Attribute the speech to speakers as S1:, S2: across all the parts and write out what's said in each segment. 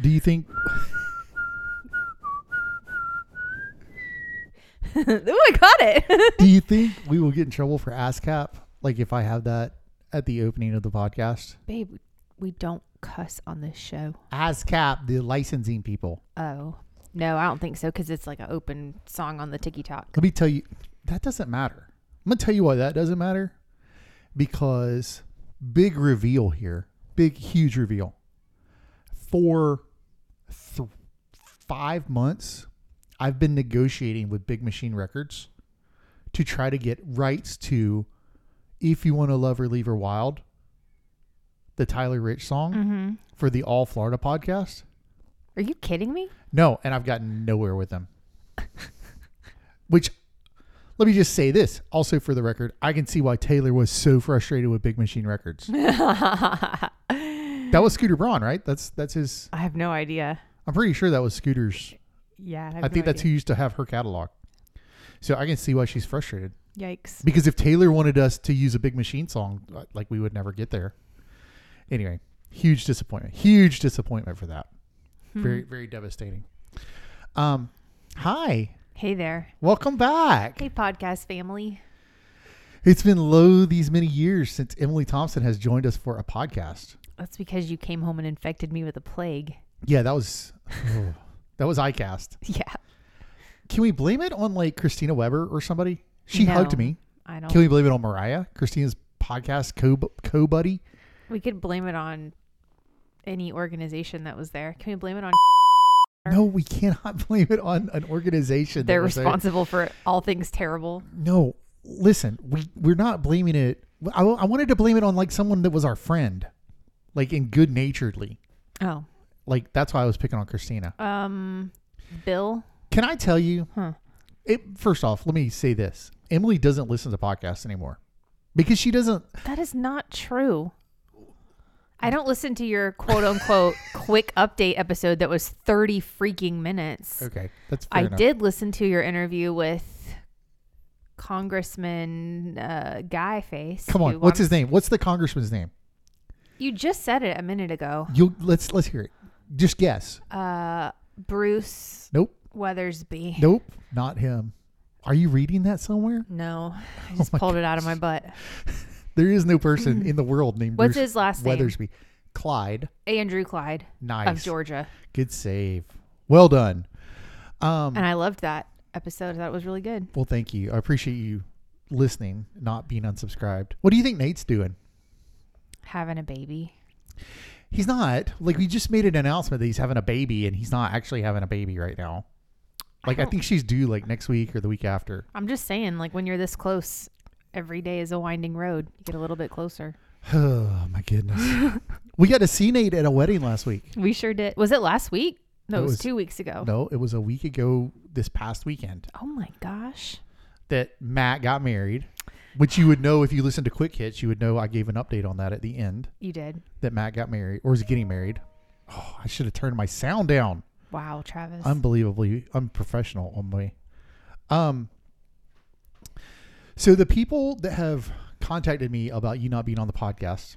S1: do you think?
S2: oh, I got it.
S1: Do you think we will get in trouble for ASCAP? Like if I have that at the opening of the podcast,
S2: Babe, we- we don't cuss on this show.
S1: ASCAP, the licensing people.
S2: Oh. No, I don't think so because it's like an open song on the Tiki Talk.
S1: Let me tell you, that doesn't matter. I'm gonna tell you why that doesn't matter. Because big reveal here, big huge reveal. For th- five months, I've been negotiating with Big Machine Records to try to get rights to "If You Want to Love or Leave Her Wild," the Tyler Rich song
S2: Mm. Mm-hmm.
S1: for the All Florida podcast.
S2: Are you kidding me?
S1: No, and I've gotten nowhere with them. Which, let me just say this. Also, for the record, I can see why Taylor was so frustrated with Big Machine Records. that was Scooter Braun, right? That's that's his.
S2: I have no idea.
S1: I'm pretty sure that was Scooter's.
S2: Yeah.
S1: I think that's who used to have her catalog. So I can see why she's frustrated.
S2: Yikes.
S1: Because if Taylor wanted us to use a Big Machine song, like we would never get there. Anyway, huge disappointment. Huge disappointment for that. Very very devastating. Um, hi,
S2: Hey there.
S1: welcome back.
S2: Hey, podcast family.
S1: It's been low these many years since Emily Thompson has joined us for a podcast.
S2: That's because you came home and infected me with a plague.
S1: Yeah, that was oh, that was iCast.
S2: Yeah.
S1: Can we blame it on like Christina Weber or somebody? She hugged
S2: No,
S1: me.
S2: I don't.
S1: Can we blame it on Mariah, Christina's podcast co co buddy?
S2: we could blame it on any organization that was there. Can we blame it on
S1: No, we cannot blame it on an organization. that
S2: they're
S1: was there.
S2: responsible for all things terrible?
S1: No, listen, we we're not blaming it. I, I wanted to blame it on like someone that was our friend, like in good naturedly.
S2: Oh.
S1: Like that's why I was picking on Christina.
S2: Um, Bill?
S1: Can I tell you?
S2: Huh.
S1: It, first off, let me say this: Emily doesn't listen to podcasts anymore because she doesn't.
S2: That is not true. I don't listen to your quote unquote quick update episode that was 30 freaking minutes.
S1: Okay, that's fair
S2: I
S1: enough.
S2: did listen to your interview with Congressman uh, Guy Face.
S1: Come
S2: who
S1: on, what's
S2: won-
S1: his name? What's the congressman's name?
S2: You just said it a minute ago.
S1: You let's let's hear it. Just guess.
S2: Uh, Bruce
S1: Nope,
S2: Weathersby.
S1: nope, not him. Are you reading that somewhere?
S2: No, I
S1: Oh
S2: just
S1: my
S2: pulled it out of my butt.
S1: There is no person in the world named
S2: What's
S1: Bruce
S2: his last name?
S1: Weathersby. Clyde.
S2: Andrew Clyde of
S1: Nice.
S2: Georgia.
S1: Good save. Well done. Um,
S2: And I loved that episode. I thought it was really good.
S1: well, thank you. I appreciate you listening, not being unsubscribed. What do you think Nate's doing?
S2: Having a baby.
S1: He's not. Like, we just made an announcement that he's having a baby, and he's not actually having a baby right now. Like, I,
S2: don't-
S1: think she's due like next week or the week after.
S2: I'm just saying, like when you're this close, every day is a winding road. You get a little bit closer.
S1: Oh, my goodness. we got to see Nate at a wedding last week.
S2: We sure did. Was it last week? No,
S1: It
S2: it was,
S1: was-
S2: two weeks ago.
S1: No, it was a week ago this past weekend
S2: Oh my gosh.
S1: that Matt got married, which you would know if you listened to Quick Hits, you would know I gave an update on that at the end.
S2: You did.
S1: that Matt got married or is getting married. Oh, I should have turned my sound down.
S2: Wow, Travis.
S1: Unbelievably unprofessional on me. Um so the people that have contacted me about you not being on the podcast,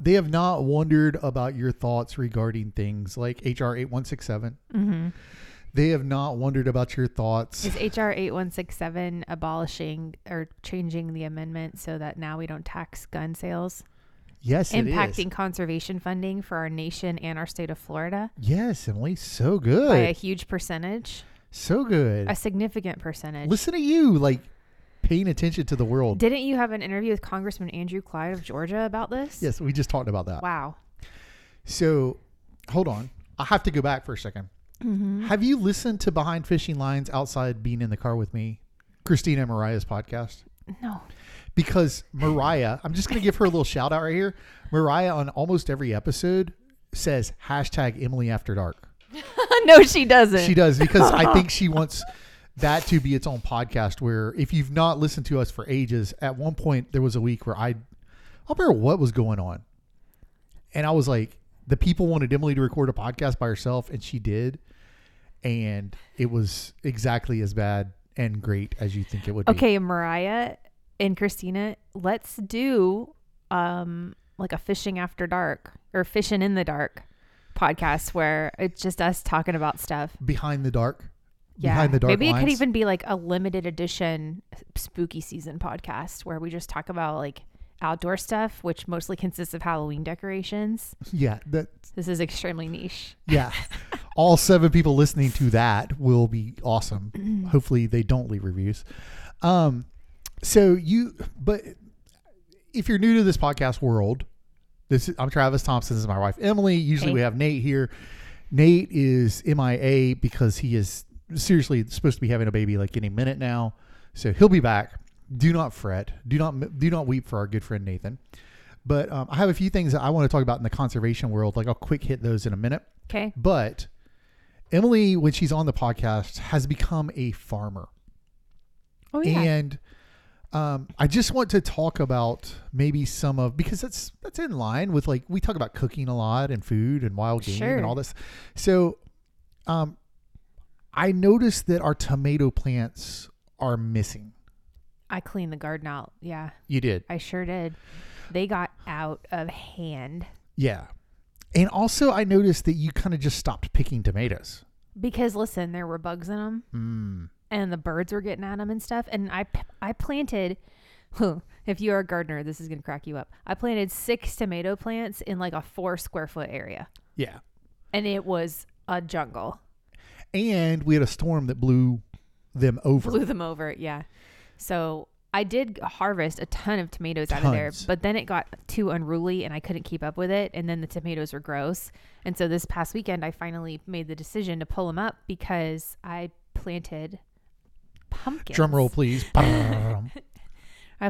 S1: they have not wondered about your thoughts regarding things like HR 8167.
S2: hmm
S1: They have not wondered about your thoughts.
S2: Is HR 8167 abolishing or changing the amendment so that now we don't tax gun sales?
S1: Yes, it
S2: impacting
S1: is.
S2: conservation funding for our nation and our state of Florida
S1: Yes, Emily, so
S2: by a
S1: good.
S2: huge percentage,
S1: So good.
S2: a significant percentage.
S1: Listen to you like paying attention to the world.
S2: Didn't you have an interview with Congressman Andrew Clyde of Georgia about this?
S1: yes, we just talked about that.
S2: Wow.
S1: So, hold on. I have to go back for a 2nd Have you listened to Behind Fishing Lines outside being in the car with me, Christina and Mariah's podcast?
S2: No.
S1: Because Mariah, I'm just going to give her a little shout out right here. Mariah on almost every episode says hashtag Emily After Dark.
S2: no, she doesn't.
S1: She does because I think she wants that to be its own podcast. Where if you've not listened to us for ages, at one point there was a week where I, I don't remember what was going on, and I was like, the people wanted Emily to record a podcast by herself, and she did, and it was exactly as bad and great as you think it would be.
S2: okay, Mariah and Christina, let's do um like a fishing after dark or fishing in the dark. podcasts where it's just us talking about stuff.
S1: Behind the dark.
S2: Yeah.
S1: Behind the dark.
S2: Maybe it could
S1: lines.
S2: even be like a limited edition spooky season podcast where we just talk about like outdoor stuff, which mostly consists of Halloween decorations.
S1: Yeah. That.
S2: This is extremely niche.
S1: Yeah. All seven people listening to that will be awesome. Hopefully they don't leave reviews. Um, so you, but if you're new to this podcast world, this is, I'm Travis Thompson. This is my wife Emily. Usually
S2: Hey.
S1: we have Nate here. Nate is MIA because he is seriously supposed to be having a baby like any minute now. So he'll be back. Do not fret. Do not do not weep for our good friend Nathan. But um, I have a few things that I want to talk about in the conservation world. Like I'll quick hit those in a minute.
S2: Okay.
S1: But Emily, when she's on the podcast, has become a farmer.
S2: Oh yeah.
S1: And um, I just want to talk about maybe some of because that's that's in line with like we talk about cooking a lot and food and wild game
S2: Sure.
S1: and all this. So um, I noticed that our tomato plants are missing.
S2: I cleaned the garden out. Yeah.
S1: You did,
S2: I sure did. They got out of hand
S1: yeah. And also, I noticed that you kind of just stopped picking tomatoes.
S2: because listen, there were bugs in them,
S1: Mm.
S2: and the birds were getting at them and stuff. And I p- I planted. If you are a gardener, this is gonna crack you up. I planted six tomato plants in like a four square foot area,
S1: Yeah.
S2: and it was a jungle.
S1: And we had a storm that blew them over.
S2: Blew them over. Yeah. So. I did harvest a ton of tomatoes out of there,
S1: Tons.
S2: but then it got too unruly and I couldn't keep up with it. And then the tomatoes were gross. And so this past weekend, I finally made the decision to pull them up because I planted pumpkins.
S1: Drum roll, please.
S2: I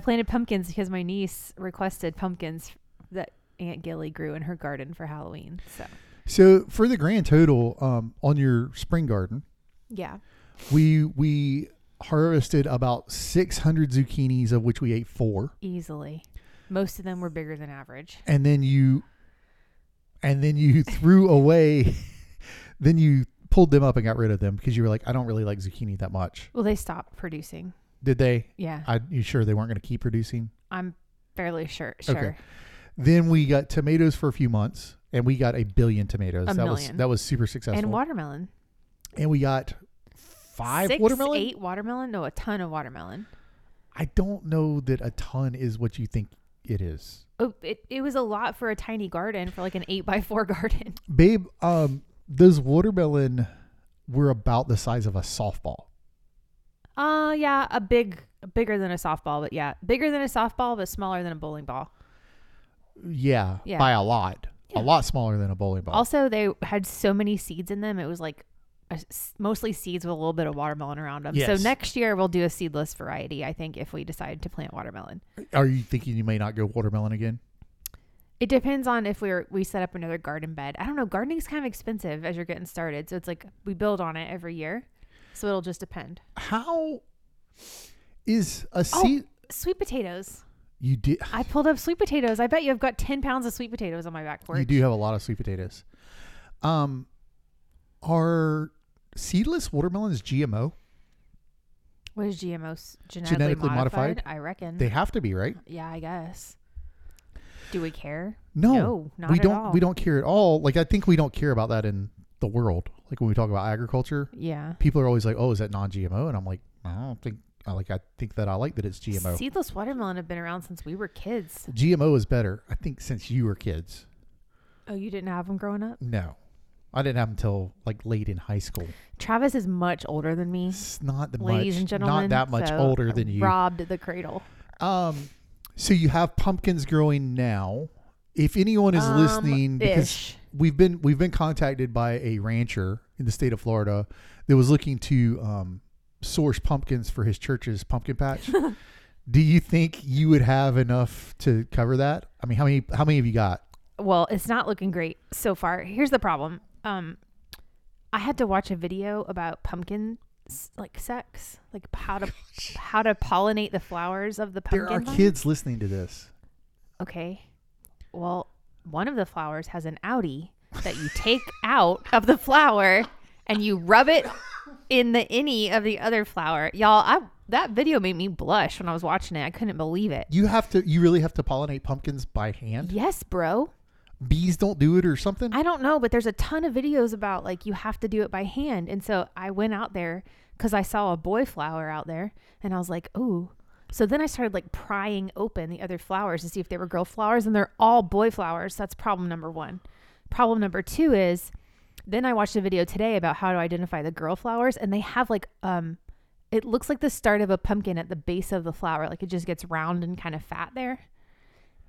S2: planted pumpkins because my niece requested pumpkins that Aunt Gilly grew in her garden for Halloween. So,
S1: so, for the grand total um, on your spring garden,
S2: yeah.
S1: we we harvested about 600 zucchinis of which we ate four
S2: Easily. Most of them were bigger than average.
S1: and then you and then you threw away then you pulled them up and got rid of them because you were like i don't really like zucchini that much
S2: Well, they stopped producing.
S1: did they
S2: Yeah.
S1: i you sure they weren't going to keep producing
S2: I'm fairly sure. Sure.
S1: then we got tomatoes for a few months and we got a billion tomatoes
S2: A
S1: that
S2: million.
S1: was that was super successful
S2: And watermelon.
S1: And we got five
S2: Six,
S1: watermelon
S2: Eight watermelon? No, a ton of watermelon.
S1: i don't know that a ton is what you think it is
S2: Oh, it, it was a lot for a tiny garden, for like an eight by four garden.
S1: babe um those watermelon were about the size of a softball
S2: Uh, yeah, a big, bigger than a softball, but yeah, bigger than a softball, but smaller than a bowling ball.
S1: yeah,
S2: Yeah.
S1: by a lot
S2: Yeah.
S1: a lot smaller than a bowling ball
S2: Also, they had so many seeds in them. It was like a s mostly seeds with a little bit of watermelon around them.
S1: Yes.
S2: So next year we'll do a seedless variety. I think if we decide to plant watermelon,
S1: are you thinking you may not go watermelon again
S2: it depends on if we're we set up another garden bed. I don't know. Gardening's kind of expensive as you're getting started, so it's like we build on it every year. So it'll just depend.
S1: how is
S2: Oh.
S1: a seed
S2: Sweet potatoes.
S1: you did
S2: I pulled up sweet potatoes. I bet you I've got ten pounds of sweet potatoes on my back porch.
S1: you do have a lot of sweet potatoes um are seedless watermelons gmo
S2: What is GMO? 's Genetically,
S1: Genetically
S2: modified?
S1: modified?
S2: I reckon.
S1: they have to be right
S2: yeah, I guess. Do we care?
S1: no,
S2: not
S1: we
S2: at
S1: don't
S2: all.
S1: we don't care at all like i think we don't care about that in the world like when we talk about agriculture
S2: Yeah.
S1: people are always like, "Oh, is that non-GMO?" And I'm like, I don't think. I like. I think that I like that it's GMO.
S2: Seedless watermelon have been around since we were kids.
S1: GMO is better. I think since you were kids.
S2: Oh, you didn't have them growing up?
S1: No, I didn't have them until like late in high school.
S2: Travis is much older than me,
S1: It's not the
S2: ladies
S1: much,
S2: and gentlemen.
S1: not that much
S2: so uh,
S1: older than you.
S2: Robbed the cradle.
S1: Um, so you have pumpkins growing now. If anyone is
S2: Um,
S1: listening, because
S2: ish.
S1: we've been we've been contacted by a rancher in the state of Florida that was looking to um, source pumpkins for his church's pumpkin patch. Do you think you would have enough to cover that? I mean, how many how many have you got?
S2: Well, it's not looking great so far. Here's the problem. Um, I had to watch a video about pumpkin s- like sex, like how to how to pollinate the flowers of the pumpkin.
S1: There are
S2: vine.
S1: kids listening to this.
S2: Okay. Well, one of the flowers has an outie that you take out of the flower and you rub it in the innie of the other flower. Y'all, I that video made me blush when I was watching it. I couldn't believe it.
S1: You have to you really have to pollinate pumpkins by hand.
S2: Yes, bro.
S1: bees don't do it or something?
S2: I don't know, but there's a ton of videos about like you have to do it by hand. And so I went out there because I saw a boy flower out there and I was like, ooh. So then I started like prying open the other flowers to see if they were girl flowers and they're all boy flowers. That's problem number one. Problem number two is then I watched a video today about how to identify the girl flowers and they have like, um, it looks like the start of a pumpkin at the base of the flower. Like it just gets round and kind of fat there.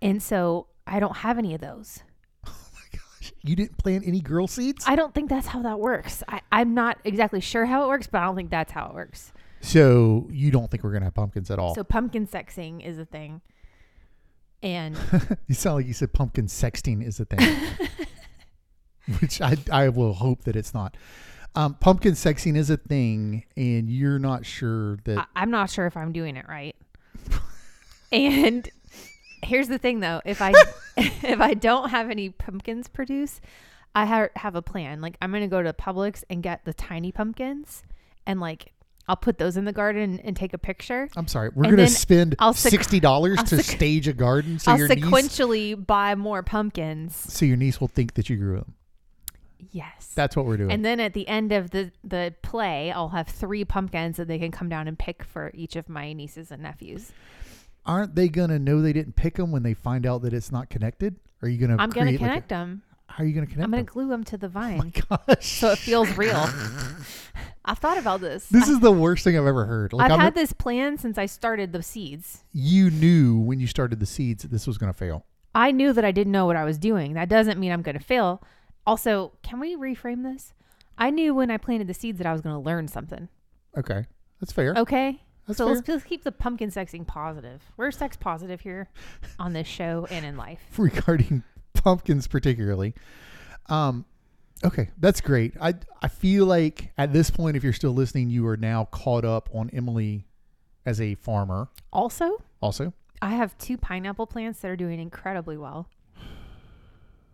S2: And so I don't have any of those.
S1: you didn't plant any girl seeds?
S2: I don't think that's how that works. I, I'm not exactly sure how it works, but I don't think that's how it works.
S1: so you don't think we're going to have pumpkins at all?
S2: So pumpkin sexing is a thing. And
S1: you sound like you said pumpkin sexting is a thing, which I, I will hope that it's not. Um, pumpkin sexting is a thing, and you're not sure that
S2: I, I'm not sure if I'm doing it right. and here's the thing though, if I if I don't have any pumpkins produce, I ha- have a plan. Like I'm going to go to Publix and get the tiny pumpkins and like I'll put those in the garden and take a picture.
S1: I'm sorry. We're
S2: And
S1: going to
S2: then
S1: spend
S2: I'll sequ-
S1: sixty dollars
S2: I'll
S1: to
S2: sequ-
S1: stage a garden so
S2: I'll
S1: your niece,
S2: sequentially buy more pumpkins.
S1: so your niece will think that you grew them.
S2: Yes.
S1: That's what we're doing.
S2: And then at the end of the the play, I'll have three pumpkins that they can come down and pick for each of my nieces and nephews.
S1: Aren't they going to know they didn't pick them when they find out that it's not connected? Are you going to?
S2: I'm gonna
S1: create
S2: connect
S1: Like
S2: them.
S1: a, how are you going to connect?
S2: I'm gonna
S1: them?
S2: glue them to the
S1: Oh my
S2: vine
S1: gosh,
S2: so it feels real. I've thought about this.
S1: this is the worst thing I've ever heard. Like
S2: I've
S1: I'm,
S2: had this plan since I started the seeds.
S1: you knew when you started the seeds that this was going to fail.
S2: I knew that I didn't know what I was doing. That doesn't mean I'm gonna fail. Also, can we reframe this? I knew when I planted the seeds that I was gonna learn something.
S1: Okay, that's fair.
S2: Okay.
S1: That's
S2: so
S1: fair.
S2: let's, let's keep the pumpkin sexing positive. We're sex positive here on this show and in life.
S1: regarding pumpkins particularly. Um, okay, that's great. I I feel like at this point, if you're still listening, you are now caught up on Emily as a farmer.
S2: Also,
S1: Also,
S2: I have two pineapple plants that are doing incredibly well.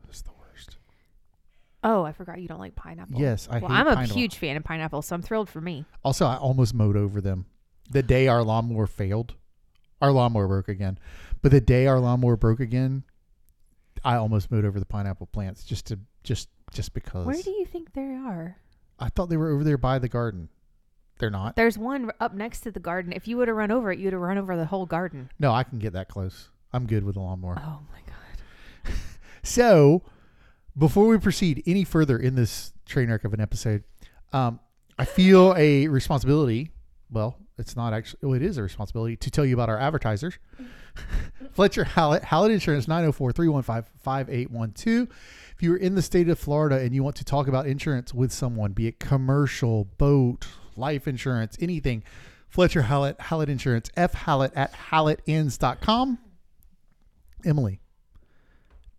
S1: that's the worst.
S2: Oh, I forgot you don't like pineapple.
S1: Yes, I.
S2: well,
S1: hate
S2: I'm a
S1: pineapple.
S2: huge fan of pineapple, so I'm thrilled for me.
S1: Also, I almost mowed over them the day our lawnmower failed. Our lawnmower broke again, but the day our lawnmower broke again, I almost mowed over the pineapple plants just to just just because.
S2: Where do you think they are?
S1: I thought they were over there by the garden. They're not.
S2: There's one r- up next to the garden. If you would have run over it, you'd have run over the whole garden.
S1: No, I can get that close. I'm good with a lawnmower.
S2: Oh my god.
S1: So, before we proceed any further in this train wreck of an episode, um, I feel a responsibility. Well, it's not actually. Well, it is a responsibility to tell you about our advertisers. Fletcher Hallett, Hallett Insurance, 904 315 5812. If you are in the state of Florida and you want to talk about insurance with someone, be it commercial, boat, life insurance, anything, Fletcher Hallett, Hallett Insurance, F Hallett at HallettInns.com. Emily,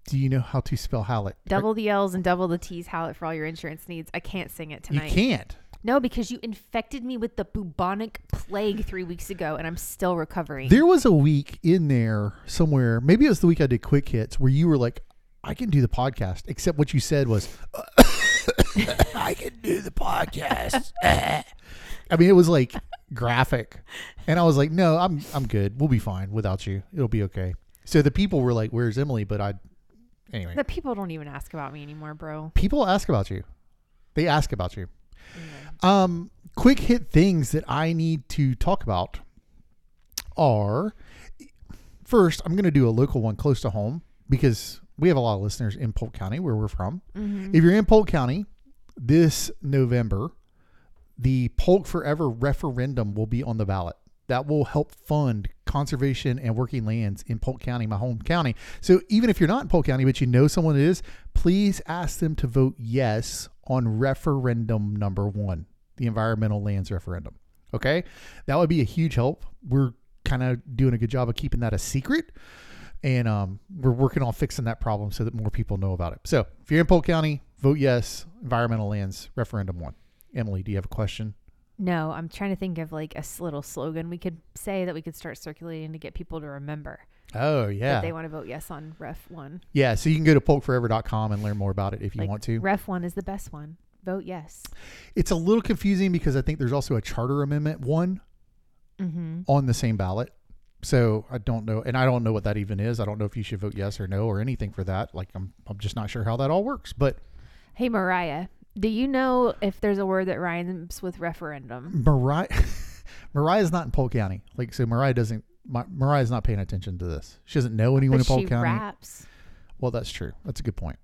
S1: do you know how to spell Hallett?
S2: Double the L's and double the T's, Hallett, for all your insurance needs. I can't sing it
S1: You
S2: tonight.
S1: can't.
S2: No, because you infected me with the bubonic plague three weeks ago, and I'm still recovering.
S1: There was a week in there somewhere, maybe it was the week I did quick hits, where you were like, I can do the podcast. Except what you said was, I can do the podcast. I mean, it was like graphic. And I was like, no, I'm, I'm good. We'll be fine without you. It'll be okay. So the people were like, where's Emily? But I, anyway,
S2: the people don't even ask about me anymore, bro.
S1: people ask about you. They ask about you. Um, quick hit things that I need to talk about are first, I'm going to do a local one close to home because we have a lot of listeners in Polk County where we're from. If you're in Polk County this November, the Polk Forever referendum will be on the ballot. That will help fund conservation and working lands in Polk County, my home county. So even if you're not in Polk County, but you know someone is, please ask them to vote yes on referendum number one, the environmental lands referendum. Okay. That would be a huge help. We're kind of doing a good job of keeping that a secret. And um, we're working on fixing that problem so that more people know about it. So if you're in Polk County, vote yes, environmental lands referendum one. Emily, do you have a question?
S2: No, I'm trying to think of like a s- little slogan we could say that we could start circulating to get people to remember
S1: Oh, yeah.
S2: that they want to vote yes on ref one.
S1: Yeah, so you can go to polkforever.com and learn more about it if you
S2: Like,
S1: want to.
S2: Ref one is the best one. Vote yes.
S1: It's a little confusing because I think there's also a charter amendment one
S2: Mm-hmm.
S1: on the same ballot. So I don't know, and I don't know what that even is. I don't know if you should vote yes or no or anything for that. Like I'm, I'm just not sure how that all works. But
S2: Hey, Mariah, do you know if there's a word that rhymes with referendum?
S1: Mariah, Mariah's not in Polk County. Like so, Mariah doesn't. Mar- Mariah's not paying attention to this. She doesn't know anyone
S2: But
S1: in Polk
S2: she
S1: County.
S2: raps.
S1: Well, that's true. That's a good point.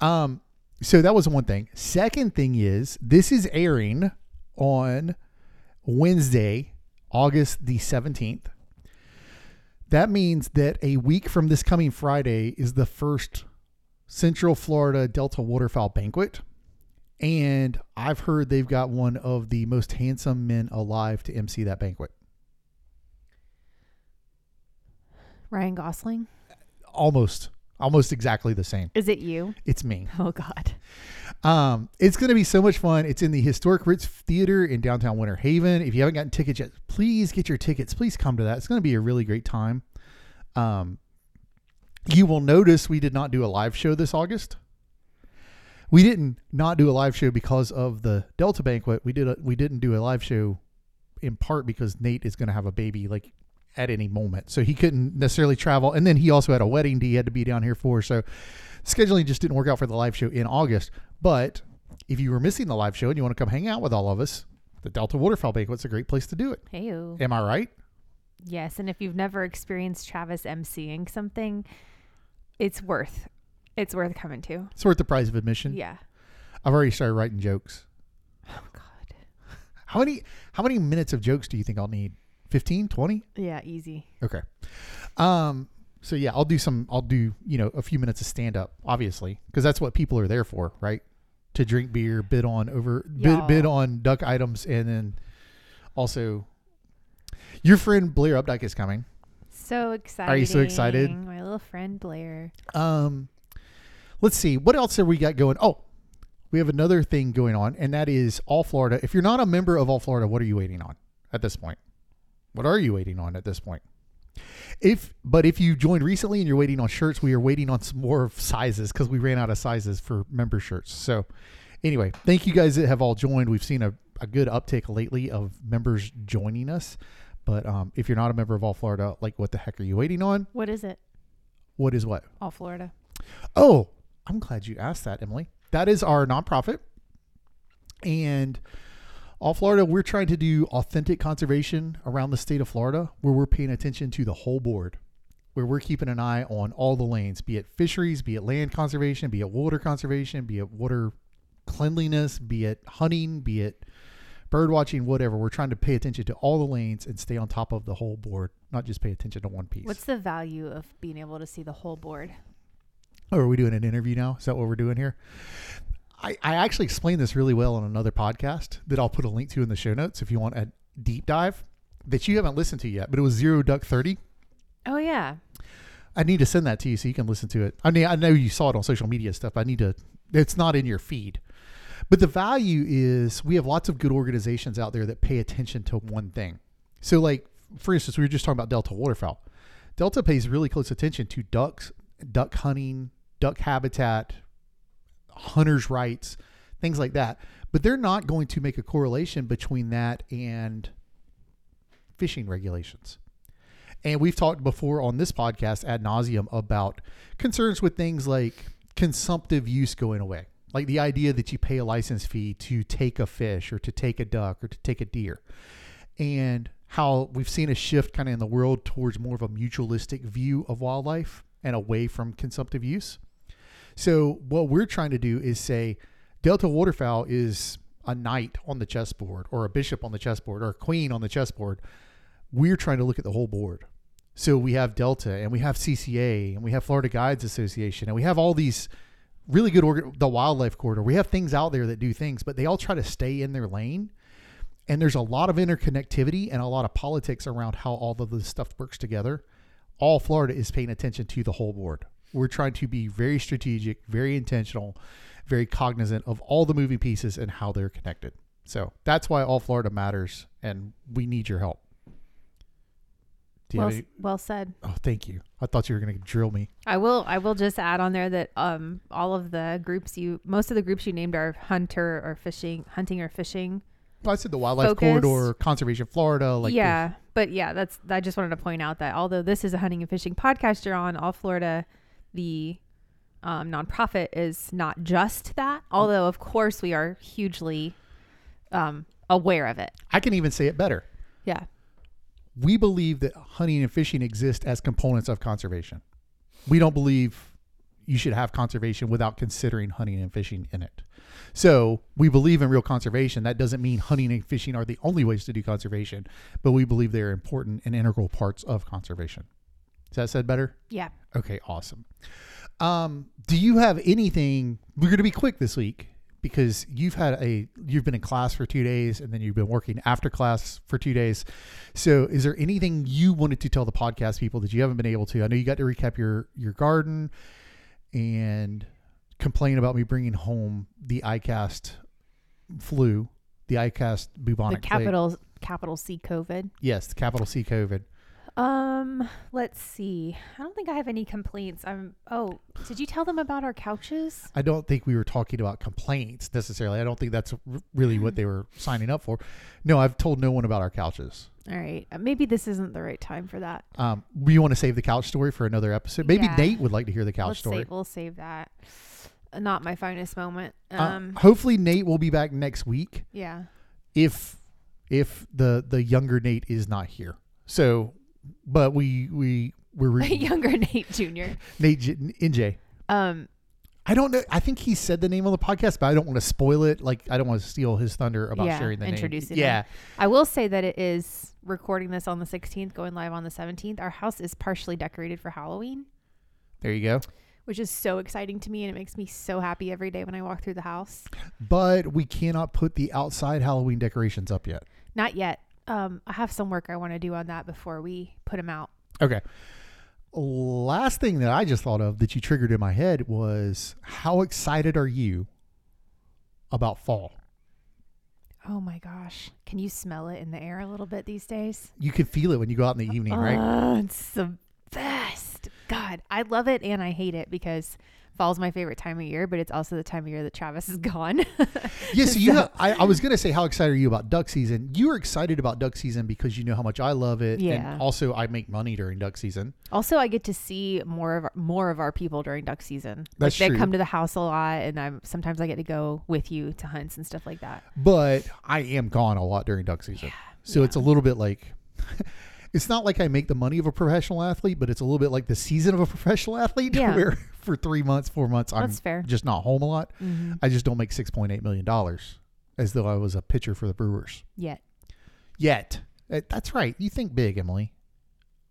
S1: Um, so that was one thing. Second thing is this is airing on Wednesday, August the 17th. That means that a week from this coming Friday is the first Central Florida Delta Waterfowl Banquet. And I've heard they've got one of the most handsome men alive to MC that banquet.
S2: Ryan Gosling?
S1: Almost, almost exactly the same.
S2: Is it you?
S1: It's me.
S2: Oh, God.
S1: Um, it's going to be so much fun. It's in the historic Ritz Theater in downtown Winter Haven. If you haven't gotten tickets yet, please get your tickets. Please come to that. It's going to be a really great time. Um, you will notice we did not do a live show this August. We didn't not do a live show because of the Delta banquet. We did a, we didn't do a live show in part because Nate is going to have a baby like at any moment, so he couldn't necessarily travel. And then he also had a wedding that he had to be down here for. So scheduling just didn't work out for the live show in August. But if you were missing the live show and you want to come hang out with all of us, the Delta Waterfowl Banquet's a great place to do it.
S2: Hey,
S1: Am I right?
S2: Yes, and if you've never experienced Travis emceeing something, it's worth it's worth coming to.
S1: It's worth the price of admission.
S2: Yeah.
S1: I've already started writing jokes.
S2: Oh god.
S1: How many how many minutes of jokes do you think I'll need? 15, 20?
S2: Yeah, easy.
S1: Okay. Um so yeah, I'll do some I'll do, you know, a few minutes of stand up, obviously, cuz that's what people are there for, right? To drink beer, bid on over bid,
S2: Y'all.
S1: bid on duck items and then also your friend Blair Updike is coming.
S2: So excited.
S1: you so excited?
S2: My little friend Blair.
S1: Um, let's see. What else have we got going? Oh, we have another thing going on, and that is All Florida. If you're not a member of All Florida, what are you waiting on at this point? What are you waiting on at this point? If but if you joined recently and you're waiting on shirts, we are waiting on some more of sizes because we ran out of sizes for member shirts. So anyway, thank you guys that have all joined. We've seen a, a good uptick lately of members joining us. But um, if you're not a member of All Florida, like what the heck are you waiting on?
S2: What is it?
S1: What is what?
S2: All Florida.
S1: Oh, I'm glad you asked that, Emily. That is our nonprofit. And all Florida, we're trying to do authentic conservation around the state of Florida where we're paying attention to the whole board, where we're keeping an eye on all the lanes, be it fisheries, be it land conservation, be it water conservation, be it water cleanliness, be it hunting, be it bird watching, whatever. We're trying to pay attention to all the lanes and stay on top of the whole board, not just pay attention to one piece.
S2: What's the value of being able to see the whole board?
S1: Oh, are we doing an interview now? Is that what we're doing here? I, I actually explained this really well on another podcast that I'll put a link to in the show notes if you want a deep dive that you haven't listened to yet, but it was Zero Duck 30.
S2: Oh yeah.
S1: I need to send that to you so you can listen to it. I mean, I know you saw it on social media stuff. I need to, it's not in your feed. But the value is we have lots of good organizations out there that pay attention to one thing. So, like, for instance, we were just talking about Delta waterfowl. Delta pays really close attention to ducks, duck hunting, duck habitat, hunters' rights, things like that. But they're not going to make a correlation between that and fishing regulations. And we've talked before on this podcast ad nauseum about concerns with things like consumptive use going away, like the idea that you pay a license fee to take a fish or to take a duck or to take a deer, and how we've seen a shift kind of in the world towards more of a mutualistic view of wildlife and away from consumptive use. So what we're trying to do is say Delta waterfowl is a knight on the chessboard or a bishop on the chessboard or a queen on the chessboard. We're trying to look at the whole board. So we have Delta and we have CCA and we have Florida Guides Association and we have all these really good org- the wildlife corridor. We have things out there that do things, but they all try to stay in their lane. And there's a lot of interconnectivity and a lot of politics around how all of this stuff works together. All Florida is paying attention to the whole board. We're trying to be very strategic, very intentional, very cognizant of all the moving pieces and how they're connected. So that's why all Florida matters, and we need your help. Do you
S2: Well,
S1: have any-
S2: s- well said.
S1: Oh, thank you. I thought you were going to drill me.
S2: I will I will just add on there that um all of the groups you most of the groups you named are hunter or fishing hunting or fishing
S1: I said the wildlife
S2: Focused.
S1: corridor, conservation Florida, like the-
S2: yeah, but yeah, that's. I just wanted to point out that although this is a hunting and fishing podcast, you're on all Florida, the um, nonprofit is not just that. Although, of course, we are hugely um, aware of it.
S1: I can even say it better.
S2: Yeah,
S1: We believe that hunting and fishing exist as components of conservation. We don't believe you should have conservation without considering hunting and fishing in it. So we believe in real conservation. That doesn't mean hunting and fishing are the only ways to do conservation, but we believe they are important and integral parts of conservation. Is that said better?
S2: yeah.
S1: Okay, awesome. Um, do you have anything? We're going to be quick this week because you've had a you've been in class for two days and then you've been working after class for two days. So, is there anything you wanted to tell the podcast people that you haven't been able to? I know you got to recap your your garden and complain about me bringing home the ICAST flu, the ICAST
S2: The
S1: bubonic plague.
S2: capital capital C COVID.
S1: Yes, the capital C COVID.
S2: Um, let's see. I don't think I have any complaints. I'm oh, did you tell them about our couches?
S1: I don't think we were talking about complaints necessarily. I don't think that's r- really what they were signing up for. No, I've told no one about our couches.
S2: All right. uh, Maybe this isn't the right time for that.
S1: Um, we want to save the couch story for another episode. Maybe
S2: Yeah.
S1: Nate would like to hear the couch
S2: Let's
S1: story.
S2: save we'll save that. Uh, Not my finest moment.
S1: Uh,
S2: Um
S1: hopefully, Nate will be back next week
S2: yeah.
S1: if if the the younger Nate is not here. So, but we we we're re-
S2: Younger Nate Jr.
S1: Nate J- NJ.
S2: Um
S1: I don't know. I think he said the name on the podcast, but I don't want to spoil it. Like I don't want to steal his thunder about
S2: Yeah,
S1: sharing the
S2: introducing
S1: name. Yeah,
S2: I will say that it is recording this on the 16th, going live on the 17th. Our house is partially decorated for Halloween,
S1: there you go.
S2: which is so exciting to me and it makes me so happy every day when I walk through the house.
S1: but we cannot put the outside Halloween decorations up yet.
S2: Not yet. Um, I have some work I want to do on that before we put them out.
S1: Okay. Last thing that I just thought of that you triggered in my head was how excited are you about fall?
S2: Oh my gosh. Can you smell it in the air a little bit these days?
S1: You can feel it when you go out in the evening, right?
S2: Ugh, it's the best. God, I love it and I hate it because fall's my favorite time of year, but it's also the time of year that Travis is gone.
S1: Yes, you have, I, I was gonna say how excited are you about duck season? You are excited about duck season because you know how much I love it.
S2: Yeah.
S1: And also I make money during duck season.
S2: also, I get to see more of our, more of our people during duck season.
S1: That's
S2: like,
S1: true.
S2: They come to the house a lot, and I'm sometimes I get to go with you to hunts and stuff like that.
S1: but I am gone a lot during duck season. so it's a little bit like it's not like I make the money of a professional athlete, but it's a little bit like the season of a professional athlete
S2: Yeah.
S1: where for 3 months, 4 months I'm
S2: That's fair.
S1: just not home a lot.
S2: hmm
S1: I just don't make 6.8 million dollars as though I was a pitcher for the Brewers
S2: Yet,
S1: yet. Uh, That's right. You think big, Emily.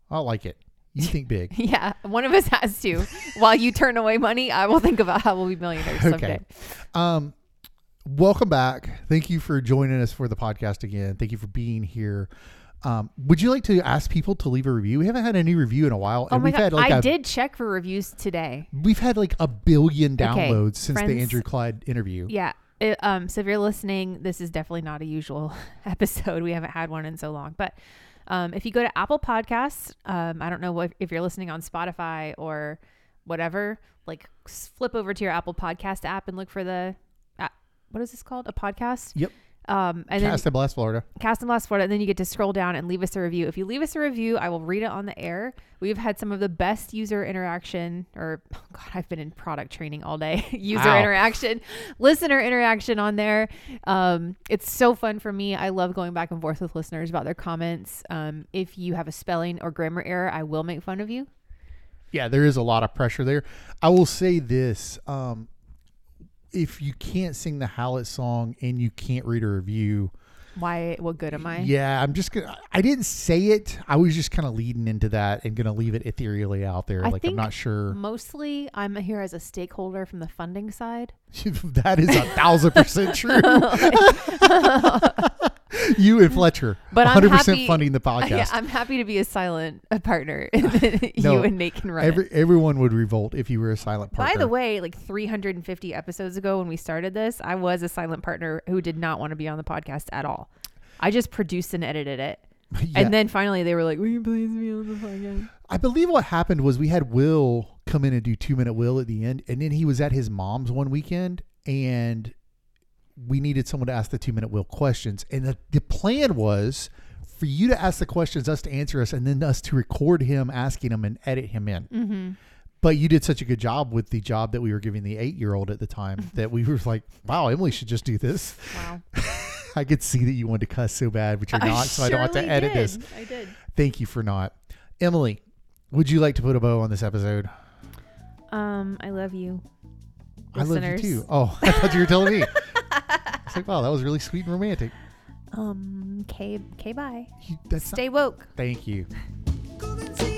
S1: I like it. You think big.
S2: yeah, one of us has to. While you turn away money, I will think about how we'll be millionaires
S1: Okay.
S2: someday.
S1: Um, welcome back. Thank you for joining us for the podcast again. Thank you for being here. Um, would you like to ask people to leave a review? We haven't had any review in a while,
S2: Oh my
S1: we've had
S2: god,
S1: like
S2: I
S1: a-
S2: did check for reviews today.
S1: we've had like a billion
S2: Okay,
S1: downloads since the
S2: friends-
S1: Andrew Clyde interview.
S2: Yeah. It- um, so if you're listening, this is definitely not a usual episode. We haven't had one in so long. But um, if you go to Apple Podcasts, um, I don't know what, if you're listening on Spotify or whatever, like s- flip over to your Apple Podcast app and look for the, uh, what is this called? A podcast?
S1: Yep.
S2: Um, and then
S1: Cast and Blast Florida.
S2: Cast and Blast Florida, and then you get to scroll down and leave us a review. If you leave us a review, I will read it on the air. We've had some of the best user interaction, or oh God, I've been in product training all day. user
S1: Wow.
S2: interaction, listener interaction on there. Um, it's so fun for me. I love going back and forth with listeners about their comments. Um, if you have a spelling or grammar error, I will make fun of you.
S1: Yeah, there is a lot of pressure there. I will say this: um, if you can't sing the Howlett song and you can't read a review,
S2: Why? What good am I?
S1: Yeah, I'm just gonna. I didn't say it. I was just kind of leading into that and gonna leave it ethereally out there.
S2: I
S1: like I'm
S2: think-
S1: not sure.
S2: Mostly, I'm here as a stakeholder from the funding side.
S1: that is a thousand percent true. you and Fletcher,
S2: But I'm
S1: 100
S2: happy-
S1: funding the podcast.
S2: Yeah, I'm happy to be a silent uh, partner. you
S1: No,
S2: and Nate can run. it.
S1: Every everyone would revolt if you were a silent partner.
S2: By the way, like 350 episodes ago when we started this, I was a silent partner who did not want to be on the podcast at all. I just produced and edited it.
S1: Yeah.
S2: And then finally they were like, Will you please be on the podcast?
S1: I believe what happened was we had Will come in and do two minute Will at the end, and then he was at his mom's one weekend, and we needed someone to ask the two minute will questions. And the, the plan was for you to ask the questions, us to answer us, and then us to record him asking him and edit him in.
S2: Mm-hmm.
S1: But you did such a good job with the job that we were giving the eight year old at the time that we were like, wow, Emily should just do this.
S2: Wow.
S1: I could see that you wanted to cuss so bad, but you're not, so I don't have to
S2: surely
S1: edit
S2: did.
S1: this.
S2: I did.
S1: Thank you for not. Emily, would you like to put a bow on this episode?
S2: Um, I love you.
S1: I love
S2: listeners.
S1: you too. Oh, I thought you were telling me. It's like, wow, that was really sweet and romantic.
S2: Um, okay, okay, bye.
S1: You- that's not-
S2: Stay woke.
S1: thank you.
S3: Golden sea